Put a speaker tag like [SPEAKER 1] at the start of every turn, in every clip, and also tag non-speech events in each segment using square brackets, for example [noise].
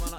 [SPEAKER 1] もの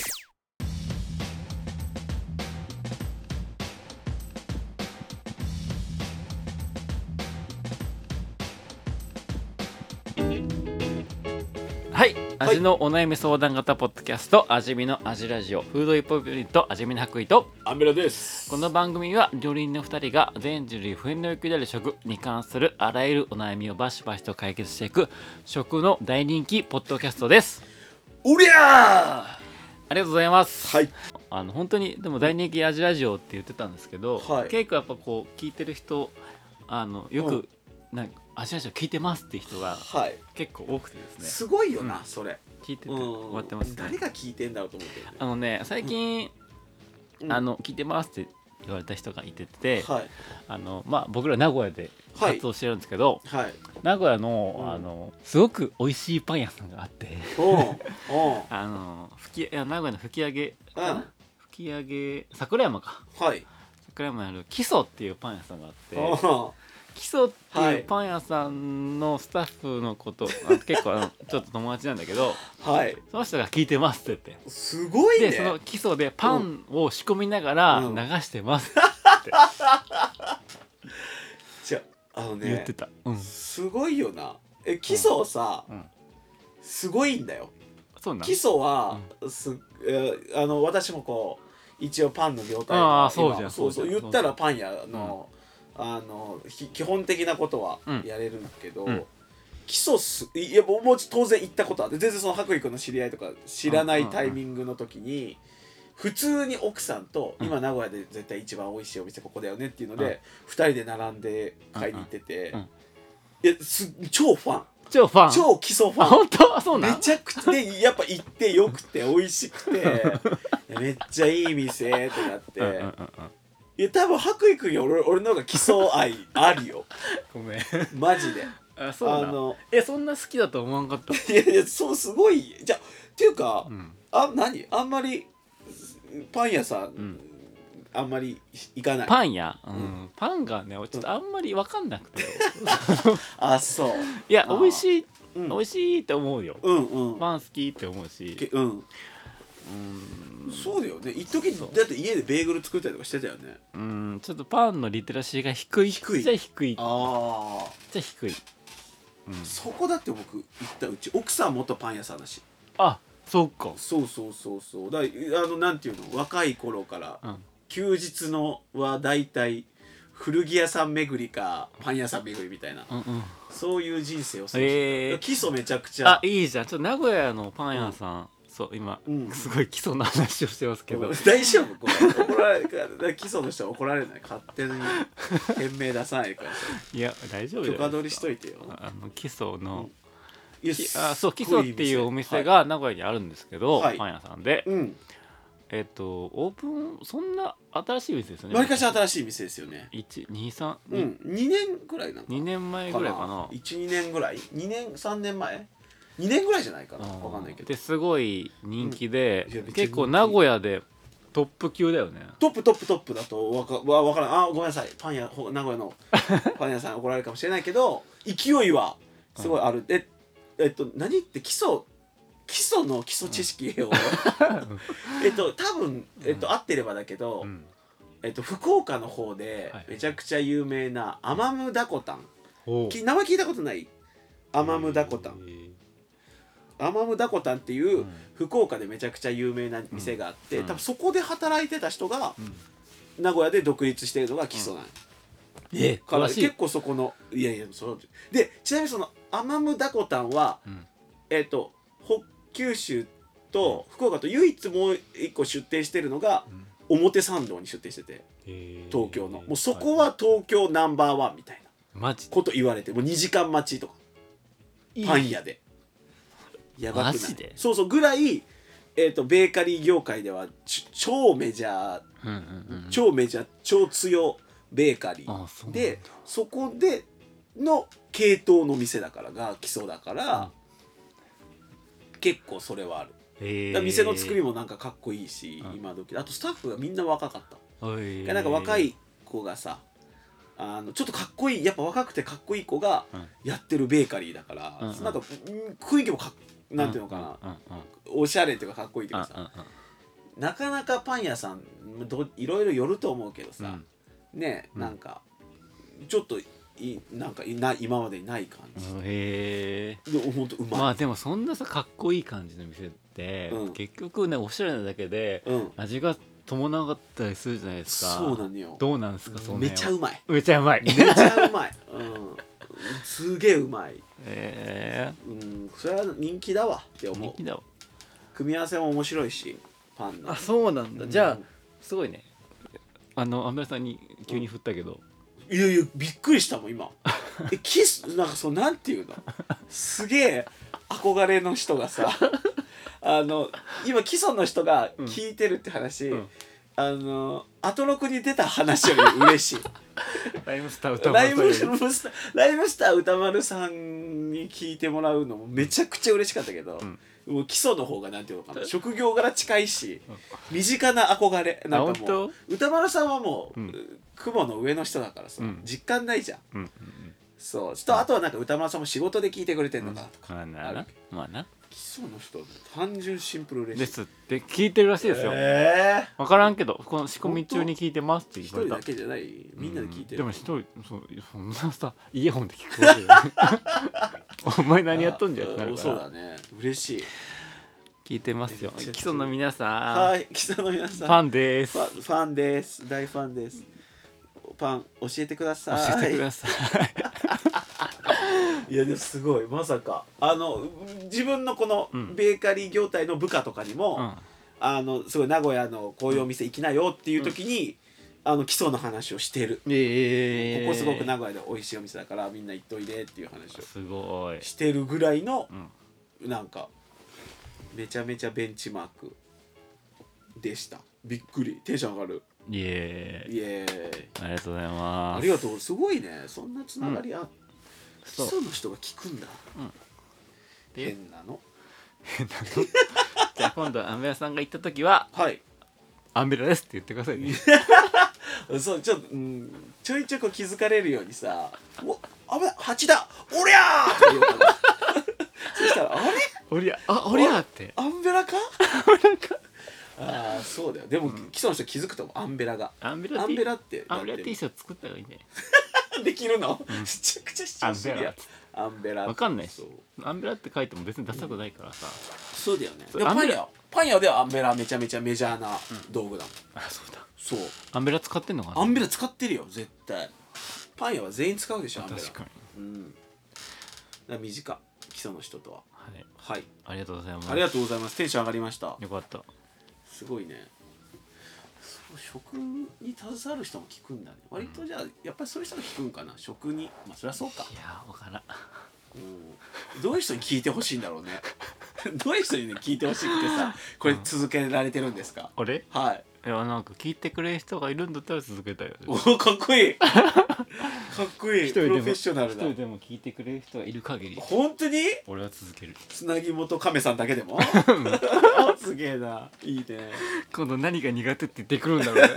[SPEAKER 2] はい、味のお悩み相談型ポッドキャスト、味見の味ラジオ、フードイポピリット、味見の白衣と、
[SPEAKER 3] アンベラです
[SPEAKER 2] この番組は料理人の2人が全人類不変の欲求である食に関するあらゆるお悩みをバシバシと解決していく食の大人気ポッドキャストです。
[SPEAKER 3] おりゃ
[SPEAKER 2] ありがとうございます。
[SPEAKER 3] はい
[SPEAKER 2] あの本当にでも大人気味ラジオって言ってたんですけど、
[SPEAKER 3] はい
[SPEAKER 2] 結構やっぱこう聞いてる人あのよ
[SPEAKER 3] う
[SPEAKER 2] く、なんか味ラジオ聞いてますって人が
[SPEAKER 3] はい
[SPEAKER 2] 結構多くてですね
[SPEAKER 3] すごいよなそれ
[SPEAKER 2] 聞いてて
[SPEAKER 3] うん
[SPEAKER 2] 終わってますね。
[SPEAKER 3] 誰が聞いてんだろうと思って
[SPEAKER 2] あのね最近、
[SPEAKER 3] うん
[SPEAKER 2] あの聞いてますって言われた人がいてて、
[SPEAKER 3] はい
[SPEAKER 2] あのまあ、僕ら名古屋で
[SPEAKER 3] はい
[SPEAKER 2] 活動してるんですけど、
[SPEAKER 3] はい
[SPEAKER 2] 名古屋の,、
[SPEAKER 3] うん
[SPEAKER 2] あのすごく美味しいパン屋さんがあって
[SPEAKER 3] おんおん
[SPEAKER 2] あの吹きいや名古屋の吹き上げ
[SPEAKER 3] うんは
[SPEAKER 2] 吹き上げ桜山か
[SPEAKER 3] い
[SPEAKER 2] 桜山にあるキソっていうパン屋さんがあって
[SPEAKER 3] おん
[SPEAKER 2] キソって
[SPEAKER 3] はいいう
[SPEAKER 2] パン屋さんのスタッフの
[SPEAKER 3] [laughs]
[SPEAKER 2] こと、あ結構あのちょっと友達なんだけど
[SPEAKER 3] はい
[SPEAKER 2] その人が聞いてますって言って。
[SPEAKER 3] すごいね
[SPEAKER 2] でその基礎でパンを仕込みながら
[SPEAKER 3] うん
[SPEAKER 2] 流してます、
[SPEAKER 3] じゃあのね
[SPEAKER 2] 言ってた、うん、
[SPEAKER 3] すごいよなえ基礎さ、
[SPEAKER 2] うん
[SPEAKER 3] すごいんだよ
[SPEAKER 2] そうなん
[SPEAKER 3] 基礎は、すえーあの私もこう一応パンの業態今
[SPEAKER 2] あーそうじゃん
[SPEAKER 3] そう
[SPEAKER 2] そ
[SPEAKER 3] そうう
[SPEAKER 2] じゃん
[SPEAKER 3] 言ったらパン屋の,、あのひ基本的なことは
[SPEAKER 2] うん
[SPEAKER 3] やれるけど、
[SPEAKER 2] うん
[SPEAKER 3] 基礎すいやもうもう当然行ったことあって全然その白衣君の知り合いとか知らな
[SPEAKER 2] うん
[SPEAKER 3] い
[SPEAKER 2] うん
[SPEAKER 3] タイミングの時に、普通に奥さんと、今名古屋で絶対一番美味しいお店ここだよねっていうの
[SPEAKER 2] うん
[SPEAKER 3] で、二人で並んで買いに行ってて、
[SPEAKER 2] うんうん
[SPEAKER 3] いやす超ファン
[SPEAKER 2] 超ファン
[SPEAKER 3] 超基礎フ
[SPEAKER 2] あ
[SPEAKER 3] ァン
[SPEAKER 2] [laughs] 本当そうな
[SPEAKER 3] め
[SPEAKER 2] ん
[SPEAKER 3] ちゃくちゃやっぱ行ってよく
[SPEAKER 2] [laughs]
[SPEAKER 3] て美味しくてめっちゃいい店ってなって、
[SPEAKER 2] うんうんうんうん
[SPEAKER 3] いや多分白衣君より俺俺の方が基礎愛あるよ
[SPEAKER 2] ご
[SPEAKER 3] [laughs]
[SPEAKER 2] めん
[SPEAKER 3] マジで
[SPEAKER 2] あそう
[SPEAKER 3] あ
[SPEAKER 2] なの
[SPEAKER 3] の
[SPEAKER 2] えそんな好きだと思わんかった、
[SPEAKER 3] いやいやそうすごいじゃっていうか、
[SPEAKER 2] うん、
[SPEAKER 3] あ何あんまりパン屋さん、
[SPEAKER 2] ん
[SPEAKER 3] あんまり行かない
[SPEAKER 2] パン屋、うん
[SPEAKER 3] う
[SPEAKER 2] パンがねちょっとあんまり分かんなくて
[SPEAKER 3] あそう
[SPEAKER 2] いや
[SPEAKER 3] あー
[SPEAKER 2] 美味しい、
[SPEAKER 3] うん
[SPEAKER 2] 美味しいって思うよ、
[SPEAKER 3] うんうん
[SPEAKER 2] パン好きって思うし
[SPEAKER 3] けうん
[SPEAKER 2] うん
[SPEAKER 3] そうだよね一時
[SPEAKER 2] そう
[SPEAKER 3] だって家でベーグル作ったりとかしてたよね
[SPEAKER 2] うんちょっとパンのリテラシーが低い
[SPEAKER 3] 低い
[SPEAKER 2] じゃ低い
[SPEAKER 3] ああ
[SPEAKER 2] じゃ低い、うん、
[SPEAKER 3] そこだって僕行ったうち奥さん元パン屋さんだし
[SPEAKER 2] あそうか
[SPEAKER 3] そうそうそうそうだからあのなんていうの若い頃から、
[SPEAKER 2] うん
[SPEAKER 3] 休日のは大体古着屋さん巡りかパン屋さん巡りみたいな、
[SPEAKER 2] うんうん
[SPEAKER 3] そういう人生を過ごして
[SPEAKER 2] え
[SPEAKER 3] た
[SPEAKER 2] ー、
[SPEAKER 3] 基礎めちゃくちゃ [laughs]
[SPEAKER 2] あいいじゃんちょっと名古屋のパン屋さん、そう今、
[SPEAKER 3] うん
[SPEAKER 2] すごい基礎の話をしてますけど、
[SPEAKER 3] 大丈夫これ怒られる基礎の人は怒られない勝 [laughs] 手に店名出さないから
[SPEAKER 2] いや大丈夫
[SPEAKER 3] 許
[SPEAKER 2] だ
[SPEAKER 3] 可
[SPEAKER 2] よ
[SPEAKER 3] 取りしといてよ
[SPEAKER 2] あの基礎の、
[SPEAKER 3] いや
[SPEAKER 2] きあそう基
[SPEAKER 3] すっご
[SPEAKER 2] 礎っていうお店
[SPEAKER 3] は
[SPEAKER 2] が名古屋にあるんですけど、
[SPEAKER 3] はい
[SPEAKER 2] パン屋さんで、
[SPEAKER 3] いうん
[SPEAKER 2] えっとオープンそんな新しい店ですよね
[SPEAKER 3] わりかし新しい店ですよね
[SPEAKER 2] 123
[SPEAKER 3] う
[SPEAKER 2] 2
[SPEAKER 3] ん2年ぐらいなんか
[SPEAKER 2] 年前ぐらいかな
[SPEAKER 3] 12年ぐらい2年3年前2年ぐらいじゃないかな
[SPEAKER 2] うん
[SPEAKER 3] わかんないけど
[SPEAKER 2] ですごい人気で、
[SPEAKER 3] うんいやめっちゃ人気
[SPEAKER 2] 結構名古屋でトップ級だよね
[SPEAKER 3] トップトップトップだとわかわわからんあごめんなさいパン屋ほ名古屋
[SPEAKER 2] [laughs]
[SPEAKER 3] のパン屋さん怒られるかもしれないけど勢いはすごいあるでえっと何って基礎基礎の基礎知
[SPEAKER 2] [laughs]
[SPEAKER 3] 識を [laughs] えっと多分、えっと、合ってればだけど、
[SPEAKER 2] うん
[SPEAKER 3] えっと、福岡の方で
[SPEAKER 2] はい
[SPEAKER 3] めちゃくちゃ有名なアマムダコタン
[SPEAKER 2] お
[SPEAKER 3] き名前聞いたことないアマムダコタンアマムダコタンっていう、
[SPEAKER 2] うん
[SPEAKER 3] 福岡でめちゃくちゃ有名な店があって、
[SPEAKER 2] うん
[SPEAKER 3] 多分そこで働いてた人が
[SPEAKER 2] うん
[SPEAKER 3] 名古屋で独立してるのが基礎なんよ
[SPEAKER 2] え
[SPEAKER 3] から
[SPEAKER 2] 詳しい
[SPEAKER 3] 結構そこのいやいやそうでちなみにそのアマムダコタンは、
[SPEAKER 2] うん
[SPEAKER 3] えっ、と北九州と福岡と唯一もう一個出店してるのが
[SPEAKER 2] うん
[SPEAKER 3] 表参道に出店してて東京のもうそこは東京ナンバーワンみたいな
[SPEAKER 2] マジ
[SPEAKER 3] こと言われてもう2時間待ちとかパン屋でやばくない
[SPEAKER 2] マジで
[SPEAKER 3] そうそうぐらいえー、とベーカリー業界ではち超メジャー
[SPEAKER 2] うんうんうん
[SPEAKER 3] 超メジャー超強ベーカリ
[SPEAKER 2] あそ
[SPEAKER 3] ー
[SPEAKER 2] うなんだ
[SPEAKER 3] でそこでの系統の店だからが基礎だから、結構それはあるだから店の作りもなんかかっこいいし、
[SPEAKER 2] うん
[SPEAKER 3] 今時あとスタッフがみんな若かった、
[SPEAKER 2] はい
[SPEAKER 3] なんか若い子がさあのちょっとかっこいいやっぱ若くてかっこいい子が
[SPEAKER 2] うん
[SPEAKER 3] やってるベーカリーだから、
[SPEAKER 2] うんうん
[SPEAKER 3] なんかうん雰囲気もかっなんていうのかな、
[SPEAKER 2] うんうんうん
[SPEAKER 3] おしゃれっていうかかっこいいっていうかさ、
[SPEAKER 2] うん
[SPEAKER 3] なかなかパン屋さんどいろいろ寄ると思うけどさ、
[SPEAKER 2] うん
[SPEAKER 3] ね
[SPEAKER 2] ん
[SPEAKER 3] なんかちょっといなんかいな今までにない感じ、
[SPEAKER 2] うんへえ
[SPEAKER 3] でもほんとうまい、
[SPEAKER 2] まあでもそんなさかっこいい感じの店って、
[SPEAKER 3] うん
[SPEAKER 2] 結局ねおしゃれなだけで
[SPEAKER 3] うん
[SPEAKER 2] 味が伴わなかったりするじゃないですか
[SPEAKER 3] そうなのよ
[SPEAKER 2] どうなんですかその
[SPEAKER 3] めち
[SPEAKER 2] 辺
[SPEAKER 3] ゃ
[SPEAKER 2] は
[SPEAKER 3] うまい
[SPEAKER 2] めちゃうまい
[SPEAKER 3] めちゃうまい、うん、すげえうまい、
[SPEAKER 2] [laughs] え
[SPEAKER 3] うん、それは人気だわって
[SPEAKER 2] ー、
[SPEAKER 3] 思
[SPEAKER 2] 人
[SPEAKER 3] う
[SPEAKER 2] 気だわ
[SPEAKER 3] 組み合わせも面白いしパンの
[SPEAKER 2] あそうなんだ、
[SPEAKER 3] うん
[SPEAKER 2] じゃあすごいねあの安村さんに急に振ったけど、
[SPEAKER 3] いやいやびっくりしたもん今えキスなんかそうなんていうのすげえ憧れの人が
[SPEAKER 2] [laughs]
[SPEAKER 3] さあの今基礎の人が聞いてるって話、
[SPEAKER 2] うん
[SPEAKER 3] あのアトロクに出た話より嬉しい
[SPEAKER 2] ライムスター歌
[SPEAKER 3] ライムスターライムスター歌丸さんに聞いてもらうのもめちゃくちゃ嬉しかったけど、もう基礎の方がなんていうのかな職業柄近いし身近な憧れなんか
[SPEAKER 2] あ
[SPEAKER 3] も
[SPEAKER 2] 本
[SPEAKER 3] う歌丸さんはもう、
[SPEAKER 2] うん
[SPEAKER 3] 雲の上の人だからさ、
[SPEAKER 2] うん
[SPEAKER 3] 実感ないじゃん
[SPEAKER 2] うんうん
[SPEAKER 3] そうちょっとあとはなんか歌丸さんも仕事で聞いてくれてんのかなとか、
[SPEAKER 2] まあな
[SPEAKER 3] ある
[SPEAKER 2] まあな
[SPEAKER 3] 基礎の人単純シンプル嬉しい
[SPEAKER 2] ですって聞いてるらしいですよ、
[SPEAKER 3] え
[SPEAKER 2] 分からんけどこの仕込み中に聞いてますって
[SPEAKER 3] ー、一
[SPEAKER 2] 言わ
[SPEAKER 3] 人
[SPEAKER 2] れた
[SPEAKER 3] だけじゃないみんなで聞いてる、
[SPEAKER 2] うんでも一人そうそんなさイヤホンで聞くわけよね
[SPEAKER 3] [laughs]
[SPEAKER 2] お前何やっとんじゃんってなる
[SPEAKER 3] あ
[SPEAKER 2] か
[SPEAKER 3] そう
[SPEAKER 2] ら
[SPEAKER 3] だね嬉しい
[SPEAKER 2] 聞いてますよ
[SPEAKER 3] めっちゃ
[SPEAKER 2] 基礎の皆さん
[SPEAKER 3] はい基礎の皆
[SPEAKER 2] フ
[SPEAKER 3] さん
[SPEAKER 2] ァンです
[SPEAKER 3] ファンファンです大ファンですパン教えてくだ
[SPEAKER 2] 教
[SPEAKER 3] さい
[SPEAKER 2] えてください
[SPEAKER 3] いやでもすごいまさかあの自分のこの
[SPEAKER 2] うん
[SPEAKER 3] ベーカリー業態の部下とかにも、
[SPEAKER 2] うん
[SPEAKER 3] あのすごい名古屋のこういうお店行きなよっていう時に、あの基礎の話をしてる、
[SPEAKER 2] ええ
[SPEAKER 3] ここすごく名古屋で美味しいお店だからみんな行っといでっていう話を
[SPEAKER 2] すごい
[SPEAKER 3] してるぐらいの
[SPEAKER 2] う、ん
[SPEAKER 3] なんかめちゃめちゃベンチマークでしたびっくりテンション上がる
[SPEAKER 2] イエーイ
[SPEAKER 3] イエーイ
[SPEAKER 2] ありがとうございます
[SPEAKER 3] ありがとうすごいねそんなつながりあ、基
[SPEAKER 2] そう
[SPEAKER 3] 礎の人が聞くんだ、
[SPEAKER 2] で
[SPEAKER 3] 変なの
[SPEAKER 2] じゃあ今度アンベラさんが行った時は
[SPEAKER 3] はい
[SPEAKER 2] 「アンベラです」って言ってくださいね
[SPEAKER 3] そうちょ,、うん、ちょいちょいこう気づかれるようにさ「お危ない蜂だおりゃー!」って言おうか [laughs] なそしたら「あれ
[SPEAKER 2] 「おりゃあおりゃ」って
[SPEAKER 3] アンベラかああそうだよでも、基礎の人気づくと思うアンベラが
[SPEAKER 2] アンベラ
[SPEAKER 3] アンベラって
[SPEAKER 2] アンベラ
[SPEAKER 3] だ
[SPEAKER 2] T シャツ作った方がいいんじゃない
[SPEAKER 3] できるの、 [laughs] めちゃくちゃ主張するやんアンベラ
[SPEAKER 2] わかんないし
[SPEAKER 3] そう
[SPEAKER 2] アンベラって書いても別にダサくないからさ
[SPEAKER 3] そうだよね
[SPEAKER 2] そう
[SPEAKER 3] でもパ
[SPEAKER 2] アン
[SPEAKER 3] ン
[SPEAKER 2] ベ
[SPEAKER 3] 屋
[SPEAKER 2] ラ
[SPEAKER 3] パン屋ではアンベラめちゃめちゃメジャーな道具だもん、
[SPEAKER 2] あそうだ
[SPEAKER 3] そう
[SPEAKER 2] アンベラ使ってんのかな
[SPEAKER 3] アンベラ使ってるよ絶対パン屋は全員使うでしょアンベラ
[SPEAKER 2] 確かに
[SPEAKER 3] うんだから短基礎の人とは
[SPEAKER 2] はい
[SPEAKER 3] はい
[SPEAKER 2] ありがとうございます
[SPEAKER 3] ありがとうございますテンション上がりました
[SPEAKER 2] よかった
[SPEAKER 3] すごいねそう食に携わる人も聞くんだね割とじゃあやっぱりそういう人が聞くんかな食にまあそりゃそうか
[SPEAKER 2] いやーわからん
[SPEAKER 3] うんどういう人に聞いてほしいんだろうね [laughs] どういう人にね聞いてほしいってさこれ続けられてるんですか
[SPEAKER 2] あれ
[SPEAKER 3] はい
[SPEAKER 2] いやなんか聞いてくれる人がいるんだったら続けたいよね
[SPEAKER 3] おーかっこいいかっこいいプロフェッショナルだ
[SPEAKER 2] 一人でも聞いてくれる人がいる限り
[SPEAKER 3] 本当に
[SPEAKER 2] 俺は続ける
[SPEAKER 3] つなぎ元亀さんだけで [laughs] も [laughs] すげえないいね
[SPEAKER 2] [laughs] 今度何が苦手って言ってくるんだろうね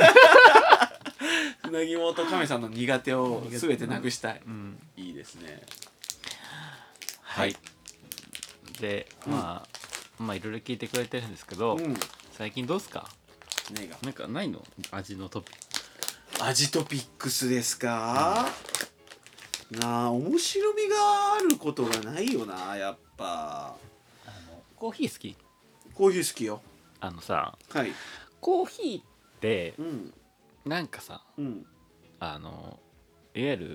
[SPEAKER 3] つなぎ元亀さんの苦手を全てなくしたい、
[SPEAKER 2] [laughs] うん
[SPEAKER 3] いいですね
[SPEAKER 2] はいでまあまあいろいろ聞いてくれてるんですけど
[SPEAKER 3] うんね
[SPEAKER 2] 最近どうっすか
[SPEAKER 3] えが
[SPEAKER 2] なんかないの味のトピッ
[SPEAKER 3] 味トピックスですか、なあ面白みがあることがないよなやっぱ
[SPEAKER 2] クコーヒー好き
[SPEAKER 3] コーヒー好きよ
[SPEAKER 2] あのさ
[SPEAKER 3] はい
[SPEAKER 2] コーヒーって
[SPEAKER 3] うん
[SPEAKER 2] なんかさ
[SPEAKER 3] うん
[SPEAKER 2] あのいわゆる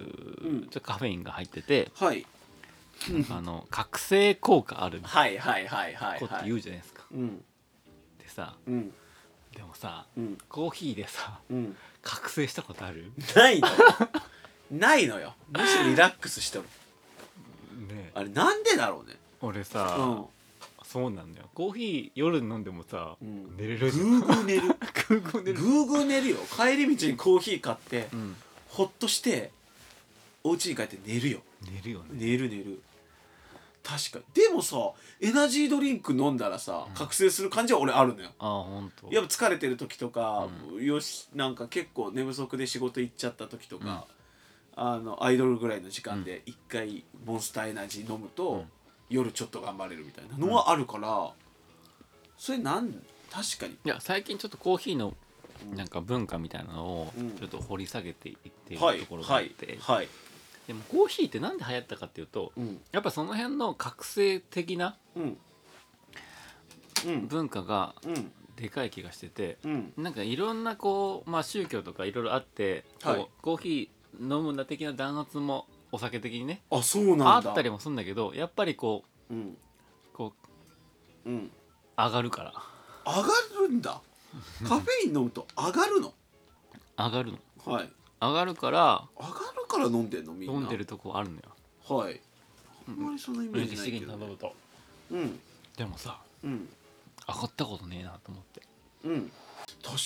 [SPEAKER 3] うん
[SPEAKER 2] ちょっとカフェインが入ってて、
[SPEAKER 3] はい
[SPEAKER 2] あの覚醒効果あるみた
[SPEAKER 3] はいはいはいはいい
[SPEAKER 2] なこと
[SPEAKER 3] は
[SPEAKER 2] 言
[SPEAKER 3] いう
[SPEAKER 2] じゃないですか、
[SPEAKER 3] うん
[SPEAKER 2] でさ
[SPEAKER 3] うん
[SPEAKER 2] でもさ
[SPEAKER 3] うん
[SPEAKER 2] コーヒーでさ
[SPEAKER 3] うん
[SPEAKER 2] 覚醒したことある
[SPEAKER 3] ないのよないのよむしろリラックスしてる
[SPEAKER 2] ね
[SPEAKER 3] あれなんでだろうね
[SPEAKER 2] 俺さ、
[SPEAKER 3] うん
[SPEAKER 2] そうなんだよコーヒー夜飲んでもさ、
[SPEAKER 3] うん
[SPEAKER 2] 寝れるじゃん
[SPEAKER 3] ぐーぐー
[SPEAKER 2] [laughs]
[SPEAKER 3] 寝る
[SPEAKER 2] 空港
[SPEAKER 3] ぐ
[SPEAKER 2] 寝る、
[SPEAKER 3] ーぐー寝るよ帰り道にコーヒー買って、
[SPEAKER 2] うん、
[SPEAKER 3] ほっとしてお家に帰って寝るよ
[SPEAKER 2] 寝るよね
[SPEAKER 3] 寝る寝る確かでもさエナジードリンク飲んだらさ、覚醒する感じは俺あるのよ
[SPEAKER 2] ああほんと
[SPEAKER 3] やっぱ疲れてる時とか、よしなんか結構寝不足で仕事行っちゃった時とか、あのアイドルぐらいの時間で一回モンスターエナジー飲むと、夜ちょっと頑張れるみたいなのはあるから、それなん確かに
[SPEAKER 2] いや最近ちょっとコーヒーのなんか文化みたいなのを
[SPEAKER 3] うん
[SPEAKER 2] ちょっと掘り下げていってる
[SPEAKER 3] はい
[SPEAKER 2] ところがあ
[SPEAKER 3] は
[SPEAKER 2] っ
[SPEAKER 3] い
[SPEAKER 2] て、
[SPEAKER 3] はい、
[SPEAKER 2] でもコーヒーってなんで流行ったかっていうと
[SPEAKER 3] うん
[SPEAKER 2] やっぱその辺の覚醒的な
[SPEAKER 3] うんうん
[SPEAKER 2] 文化が
[SPEAKER 3] うん
[SPEAKER 2] でかい気がしてて
[SPEAKER 3] うん
[SPEAKER 2] なんかいろんなこう、まあ、宗教とかいろいろあって、こう
[SPEAKER 3] はい
[SPEAKER 2] コーヒー飲むんだ的な弾圧もお酒的にね
[SPEAKER 3] あそう
[SPEAKER 2] あ
[SPEAKER 3] なんだ
[SPEAKER 2] ったりもするんだけどやっぱりこ
[SPEAKER 3] うん
[SPEAKER 2] うこう
[SPEAKER 3] うん
[SPEAKER 2] 上がるから
[SPEAKER 3] 上がるん
[SPEAKER 2] [laughs]
[SPEAKER 3] だカフェイン飲むと上がるの
[SPEAKER 2] 上がるの
[SPEAKER 3] はい
[SPEAKER 2] 上がるから
[SPEAKER 3] 上がるから飲んでんのみんな
[SPEAKER 2] 飲んでるとこあるのよ
[SPEAKER 3] はいあんまりそんなイメージないけど、ね、
[SPEAKER 2] と
[SPEAKER 3] うん
[SPEAKER 2] でもさ
[SPEAKER 3] うん
[SPEAKER 2] 上がったことねえなと思って
[SPEAKER 3] うん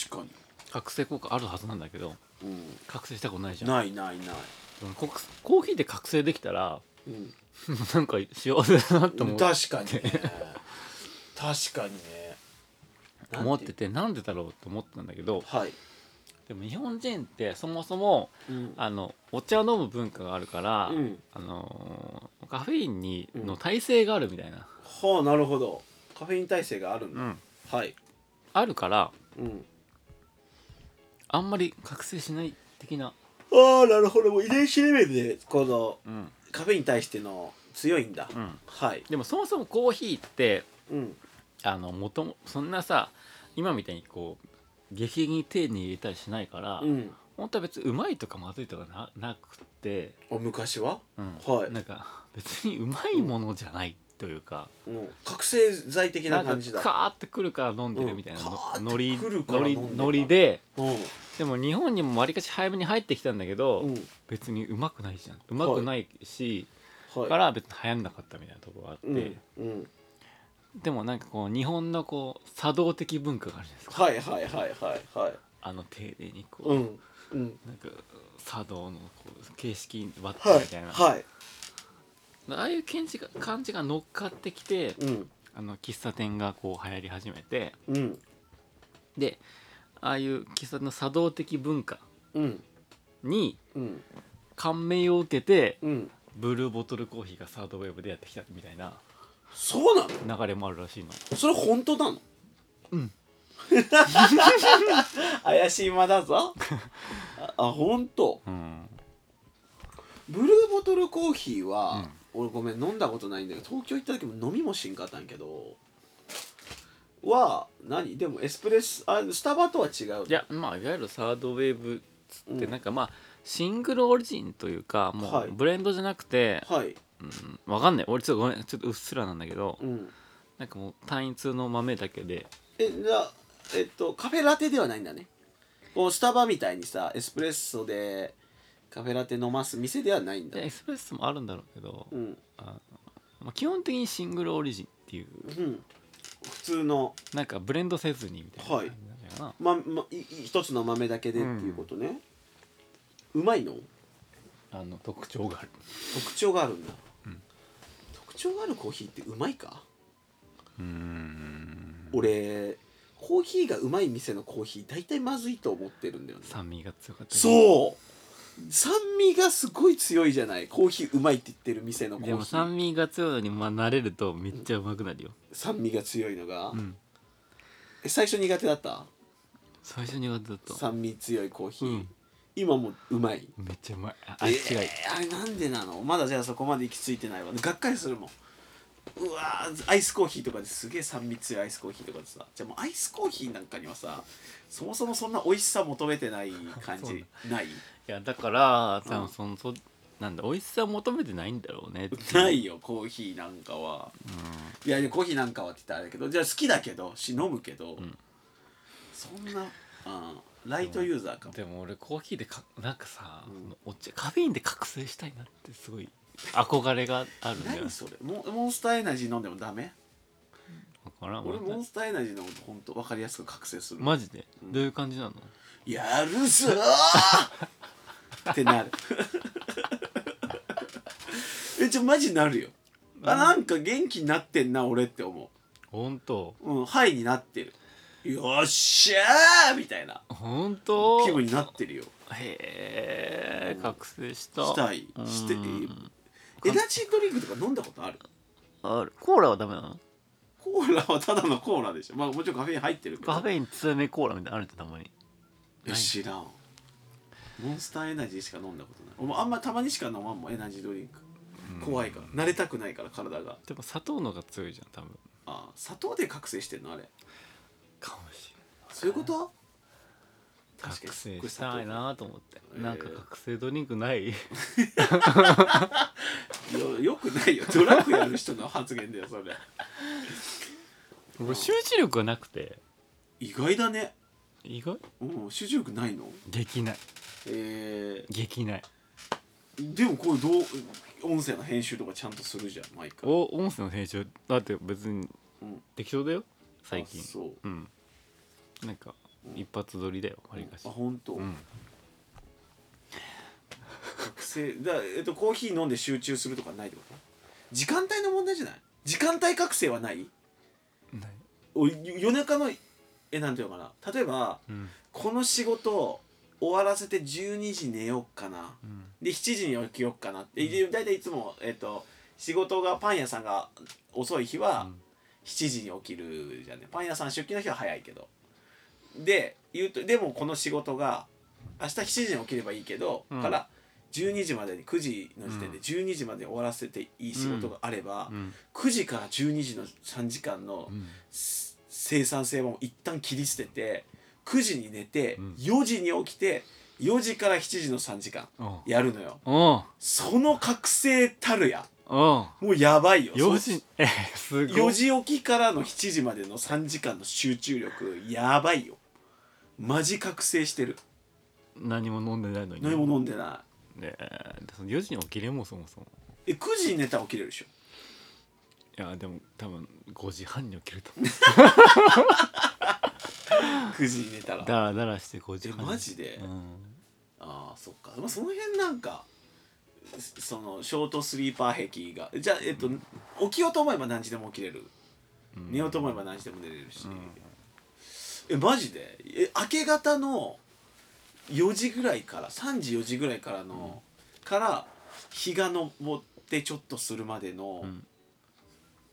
[SPEAKER 3] 確か
[SPEAKER 2] 覚醒効果あるはずなんだけど
[SPEAKER 3] に、う
[SPEAKER 2] 覚醒したことないじ
[SPEAKER 3] ん、
[SPEAKER 2] ゃん
[SPEAKER 3] ないないない、
[SPEAKER 2] でもコクコーヒーで覚醒できたら [laughs]
[SPEAKER 3] うん、
[SPEAKER 2] なんか幸せだなと思
[SPEAKER 3] 確
[SPEAKER 2] う
[SPEAKER 3] かにね [laughs] 確かにね
[SPEAKER 2] 思っててなんでだろうと思ったんだけど
[SPEAKER 3] はい、
[SPEAKER 2] でも日本人ってそもそも
[SPEAKER 3] うん
[SPEAKER 2] あのお茶を飲む文化があるから、
[SPEAKER 3] うん
[SPEAKER 2] あのーカフェインに
[SPEAKER 3] うん
[SPEAKER 2] の耐性があるみたいな、
[SPEAKER 3] はあなるほどカフェイン耐性があるんだ、
[SPEAKER 2] うん
[SPEAKER 3] はい、
[SPEAKER 2] あるから
[SPEAKER 3] うん、
[SPEAKER 2] あんまり覚醒しない的な、
[SPEAKER 3] ああなるほどもう遺伝子レベルでこの
[SPEAKER 2] うん
[SPEAKER 3] カフェインに対しての強いんだ、
[SPEAKER 2] うん
[SPEAKER 3] はい、
[SPEAKER 2] でもそもそもコーヒーって
[SPEAKER 3] うん、
[SPEAKER 2] あの元もそんなさ今みたいにこう激激に手に入れたりしないから、
[SPEAKER 3] うん
[SPEAKER 2] 本当は別にうまいとかまずいとかななくって、
[SPEAKER 3] あ昔は、
[SPEAKER 2] うん
[SPEAKER 3] はい
[SPEAKER 2] なんか別にうまいものじゃないというか、
[SPEAKER 3] うん、覚醒剤的な
[SPEAKER 2] なん
[SPEAKER 3] 感じ
[SPEAKER 2] か
[SPEAKER 3] だ
[SPEAKER 2] カーってくるから飲んでるみたいな
[SPEAKER 3] うん
[SPEAKER 2] の
[SPEAKER 3] カーって
[SPEAKER 2] ノリ
[SPEAKER 3] くるから
[SPEAKER 2] ノリ
[SPEAKER 3] 飲んでた
[SPEAKER 2] ノリで
[SPEAKER 3] うん
[SPEAKER 2] でも日本にもわりかし早めに入ってきたんだけど、
[SPEAKER 3] うん
[SPEAKER 2] 別にうまくないじゃんうまくないし、
[SPEAKER 3] はい
[SPEAKER 2] から別に流行んなかったみたいなところがあって、
[SPEAKER 3] うんうん、
[SPEAKER 2] でもなんかこう日本のこう茶道的文化があるじゃないですか
[SPEAKER 3] はいはいはいはいはい
[SPEAKER 2] あの丁寧にこう、
[SPEAKER 3] うんうん
[SPEAKER 2] なんか茶道のこう形式に割って
[SPEAKER 3] は
[SPEAKER 2] みたい
[SPEAKER 3] い
[SPEAKER 2] な、
[SPEAKER 3] はい
[SPEAKER 2] ああいう感じが感じが乗っかってきて、
[SPEAKER 3] うん
[SPEAKER 2] あの喫茶店がこう流行り始めて
[SPEAKER 3] うん
[SPEAKER 2] でああいう喫茶店の茶道的文化
[SPEAKER 3] うん
[SPEAKER 2] に
[SPEAKER 3] うん
[SPEAKER 2] 感銘を受けて
[SPEAKER 3] うん
[SPEAKER 2] ブルーボトルコーヒーがサードウェーブでやってきたみたいな
[SPEAKER 3] そうな
[SPEAKER 2] 流れもあるらしいの
[SPEAKER 3] のそれ本当なの
[SPEAKER 2] うん
[SPEAKER 3] 怪しい間だぞああ本当
[SPEAKER 2] うん
[SPEAKER 3] ブルーボトルコーヒーは、俺ごめん飲んだことないんだけど東京行った時も飲みもしんかったんやけどは何でもエスプレッソあスタバとは違う
[SPEAKER 2] いやまあいわゆるサードウェーブっつって
[SPEAKER 3] うん
[SPEAKER 2] なんかまあシングルオリジンというかも
[SPEAKER 3] はいう
[SPEAKER 2] ブレンドじゃなくて、
[SPEAKER 3] はい
[SPEAKER 2] うん、わかんない俺ちょっとごめんちょっとうっすらなんだけど
[SPEAKER 3] うん
[SPEAKER 2] なんかもう単一の豆だけで
[SPEAKER 3] えなえっとカフェラテではないんだねこうスタバみたいにさエスプレッソでカフェラテ飲ます店ではないん
[SPEAKER 2] で
[SPEAKER 3] だ
[SPEAKER 2] エスプレッソもあるんだろうけど、
[SPEAKER 3] うん
[SPEAKER 2] まあ、基本的にシングルオリジンっていう
[SPEAKER 3] うん普通の、
[SPEAKER 2] なんかブレンドせずにみたいな
[SPEAKER 3] はい
[SPEAKER 2] 感じなんじゃないかな、
[SPEAKER 3] まま、いい一つの豆だけでっていうことね、うまいの
[SPEAKER 2] あの特徴がある
[SPEAKER 3] 特徴があるんだ、特徴があるコーヒーってうまいか
[SPEAKER 2] うん
[SPEAKER 3] 俺コーヒーがうまい店のコーヒー大体まずいと思ってるんだよね
[SPEAKER 2] 酸味が強かったり
[SPEAKER 3] そう酸味がすごい強いじゃないコーヒーうまいって言ってる店のコーヒ
[SPEAKER 2] で
[SPEAKER 3] ー
[SPEAKER 2] も酸味が強いのにまあ慣れるとめっちゃうまくなるよ、
[SPEAKER 3] 酸味が強いのが、
[SPEAKER 2] うん、
[SPEAKER 3] え最初苦手だった
[SPEAKER 2] 最初に苦手だった
[SPEAKER 3] 酸味強いコーヒー、
[SPEAKER 2] うん
[SPEAKER 3] 今もうまい
[SPEAKER 2] めっちゃうまいああ違い、
[SPEAKER 3] えーあれなんでなのまだじゃあそこまで行き着いてないわがっかりするもんうわーアイスコーヒーとかですげえ酸味強いアイスコーヒーとかでさじゃあもうアイスコーヒーなんかにはさそもそもそんな美味しさ求めてない感
[SPEAKER 2] そう
[SPEAKER 3] じない
[SPEAKER 2] いやだから多
[SPEAKER 3] うん
[SPEAKER 2] 分そのそなんだ美味しさ求めてないんだろうねってう
[SPEAKER 3] ないよコーヒーなんかは、いやいやコーヒーなんかはって言ったらあれだけどじゃあ好きだけどし飲むけど、
[SPEAKER 2] ん
[SPEAKER 3] そんな、うん、ライトユーザーかも
[SPEAKER 2] でも俺コーヒーでかなんかさ、お茶カフェインで覚醒したいなってすごい憧れがあるんだよ
[SPEAKER 3] 何それモンモンスターエナジー飲んでもダメ
[SPEAKER 2] わからん
[SPEAKER 3] 俺
[SPEAKER 2] わか
[SPEAKER 3] モ
[SPEAKER 2] んな
[SPEAKER 3] ン
[SPEAKER 2] い
[SPEAKER 3] スターエナジーのこと本当わかりやすく覚醒する
[SPEAKER 2] マジで、
[SPEAKER 3] うん
[SPEAKER 2] どういう感じなの
[SPEAKER 3] やるぞー
[SPEAKER 2] [laughs]
[SPEAKER 3] ってなる [laughs] えちょマジなるよあなんか元気になってんな俺って思
[SPEAKER 2] 本当
[SPEAKER 3] ううんハイになってるよっしゃーみたいな
[SPEAKER 2] 本当
[SPEAKER 3] 気分になってるよ
[SPEAKER 2] へえ覚醒した
[SPEAKER 3] したい
[SPEAKER 2] うん
[SPEAKER 3] してエナジードリンクとか飲んだことある
[SPEAKER 2] あるコーラはダメなの
[SPEAKER 3] コーラはただのコーラでしょまあもちろんカフェイン入ってるけど
[SPEAKER 2] カフェイン強めコーラみたいなのあるってたまに
[SPEAKER 3] え知らんモンスターエナジーしか飲んだことない俺あんまたまにしか飲まんもんエナジードリンク怖いから慣れたくないから体が
[SPEAKER 2] でも砂糖の方が強いじゃん多分
[SPEAKER 3] あ砂糖で覚醒してんのあれ
[SPEAKER 2] かもしれない
[SPEAKER 3] そういうこと確かに
[SPEAKER 2] 覚醒したいなと思って、
[SPEAKER 3] えー
[SPEAKER 2] なんか覚醒ドリンクない
[SPEAKER 3] [laughs] これ砂糖よよくないよドラッグやる人の発言だよそれ
[SPEAKER 2] 俺集中力がなくて
[SPEAKER 3] 意外だね
[SPEAKER 2] 意外
[SPEAKER 3] うん集中力ないの
[SPEAKER 2] できない
[SPEAKER 3] え
[SPEAKER 2] できない
[SPEAKER 3] ー、でもこれどう音声の編集とかちゃんとするじゃん毎回
[SPEAKER 2] お音声の編集だって別に
[SPEAKER 3] うん
[SPEAKER 2] 適当だよ最近
[SPEAKER 3] あそう
[SPEAKER 2] うんなんか一発撮りだよわりかし
[SPEAKER 3] あ本当、
[SPEAKER 2] うん
[SPEAKER 3] 覚醒だえっとコーヒー飲んで集中するとかないってこと時間帯の問題じゃない時間帯覚醒はない
[SPEAKER 2] ない
[SPEAKER 3] お夜中のえなんていうのかな例えば
[SPEAKER 2] うん
[SPEAKER 3] この仕事終わらせて12時寝よっかな
[SPEAKER 2] うん
[SPEAKER 3] で7時に起きよっかなってで大体いつも、えっと仕事がパン屋さんが遅い日は
[SPEAKER 2] うん
[SPEAKER 3] 7時に起きるじゃんねパン屋さん出勤の日は早いけどで言うとでもこの仕事が明日7時に起きればいいけど、
[SPEAKER 2] うん
[SPEAKER 3] から12時までに9時の時点で
[SPEAKER 2] う
[SPEAKER 3] 12時まで終わらせていい仕事があれば、
[SPEAKER 2] うん
[SPEAKER 3] 9時から12時の3時間の
[SPEAKER 2] うん
[SPEAKER 3] す生産性を一旦切り捨てて9時に寝て
[SPEAKER 2] うん
[SPEAKER 3] 4時に起きて4時から7時の3時間
[SPEAKER 2] おう
[SPEAKER 3] やるのよ
[SPEAKER 2] おう
[SPEAKER 3] その覚醒たるや
[SPEAKER 2] おう
[SPEAKER 3] もうやばいよ
[SPEAKER 2] 4時えすご
[SPEAKER 3] 4
[SPEAKER 2] い
[SPEAKER 3] 時起きからの7時までの3時間の集中力やばいよマジ覚醒してる
[SPEAKER 2] 何も飲んでないのに
[SPEAKER 3] 何も飲んでな
[SPEAKER 2] ねえ4時に起きれんもんそもそも
[SPEAKER 3] いえ9時に寝たら起きれるでしょ
[SPEAKER 2] いやでも多分5時半に起きると思う
[SPEAKER 3] 9時に寝たら
[SPEAKER 2] だらだらして5時半
[SPEAKER 3] えマジで
[SPEAKER 2] うん
[SPEAKER 3] ああそっか、まあ、その辺なんかそそのショートスリーパー壁がじゃあ、えっと、起きようと思えば何時でも起きれる、
[SPEAKER 2] ん
[SPEAKER 3] 寝ようと思えば何時でも寝れるし、えマジでえ明け方の4時ぐらいから3時4時ぐらいからの、から日が昇ってちょっとするまでの、
[SPEAKER 2] ん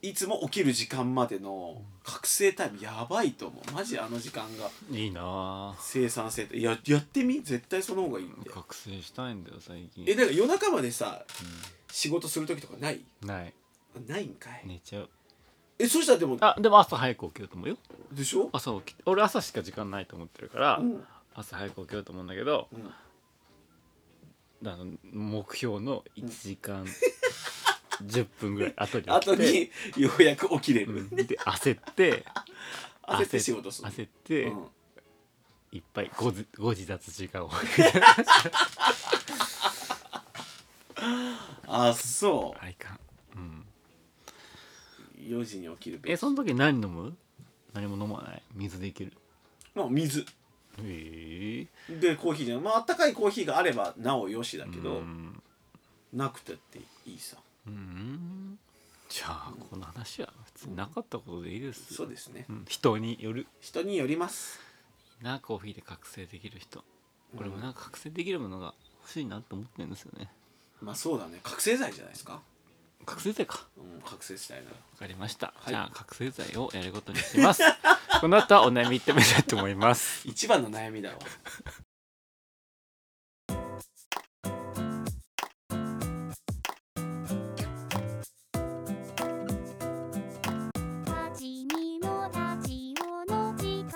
[SPEAKER 3] いつも起きる時間までの覚醒タイムやばいと思うマジあの時間が
[SPEAKER 2] いいなあ
[SPEAKER 3] 生産性っていややってみ絶対その方がいいんで
[SPEAKER 2] 覚醒したいんだよ最近
[SPEAKER 3] えだから夜中までさ仕事する時とかない
[SPEAKER 2] ない
[SPEAKER 3] ないんかい、
[SPEAKER 2] 寝ちゃう
[SPEAKER 3] えそしたらでも
[SPEAKER 2] あでも朝早く起きると思うよ
[SPEAKER 3] でしょ
[SPEAKER 2] 朝起きて俺朝しか時間ないと思ってるから、
[SPEAKER 3] うん
[SPEAKER 2] 朝早く起きようと思うんだけど
[SPEAKER 3] うん
[SPEAKER 2] あの目標の1
[SPEAKER 3] [laughs]
[SPEAKER 2] 時間10分ぐらい後に起きて
[SPEAKER 3] あとにようやく起きれ
[SPEAKER 2] う
[SPEAKER 3] る、
[SPEAKER 2] んで焦って
[SPEAKER 3] [laughs] 焦って仕事する
[SPEAKER 2] 焦って、
[SPEAKER 3] うん
[SPEAKER 2] いっぱいごじご自殺時間を [laughs]
[SPEAKER 3] あそ
[SPEAKER 2] あいかん、うん、
[SPEAKER 3] う4時に起きるべ
[SPEAKER 2] えその時何飲む何も飲まない水でいける
[SPEAKER 3] まあ水
[SPEAKER 2] ええ
[SPEAKER 3] でコーヒーじゃんまああったかいコーヒーがあればなおよしだけど、
[SPEAKER 2] うん
[SPEAKER 3] なくたっていいさ
[SPEAKER 2] うんじゃあこの話は普通になかったことでいいです
[SPEAKER 3] そうですね
[SPEAKER 2] うん、人による
[SPEAKER 3] 人によります
[SPEAKER 2] なコーヒーで覚醒できる人俺もなんか覚醒できるものが欲しいなって思ってるんですよね
[SPEAKER 3] まあそうだね覚醒剤じゃないですか、
[SPEAKER 2] 覚醒剤か
[SPEAKER 3] うん、覚醒したいなら
[SPEAKER 2] わかりました、
[SPEAKER 3] はい
[SPEAKER 2] じゃあ覚醒剤をやることにします [laughs] この後はお悩みいってみたいと思います
[SPEAKER 3] 一番の悩みだわ
[SPEAKER 4] 立ちにも立ちよの時間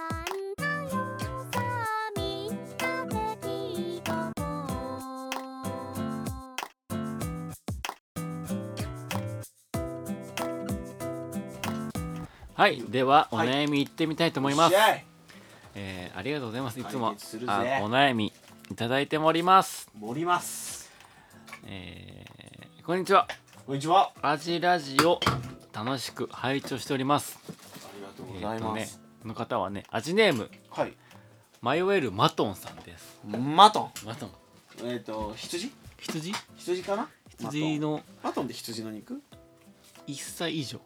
[SPEAKER 4] だよさあみんなで聞いとこう
[SPEAKER 2] はいではお
[SPEAKER 3] はい
[SPEAKER 2] 悩みいってみたいと思います、
[SPEAKER 3] よっしゃい
[SPEAKER 2] えーありがとうございますいつも
[SPEAKER 3] 解決するぜ
[SPEAKER 2] あお悩みいただいております、
[SPEAKER 3] 盛ります
[SPEAKER 2] えーこんにちは
[SPEAKER 3] こんにちは
[SPEAKER 2] アジラジオ楽しく拝聴しております
[SPEAKER 3] あござい
[SPEAKER 2] と
[SPEAKER 3] ます、
[SPEAKER 2] ね、この方はね味ネーム
[SPEAKER 3] はい
[SPEAKER 2] 迷えるマトンさんです
[SPEAKER 3] マトン
[SPEAKER 2] マトン
[SPEAKER 3] えっ、と羊
[SPEAKER 2] 羊
[SPEAKER 3] 羊かな
[SPEAKER 2] 羊の
[SPEAKER 3] マトンマトンって羊の肉
[SPEAKER 2] 1歳以上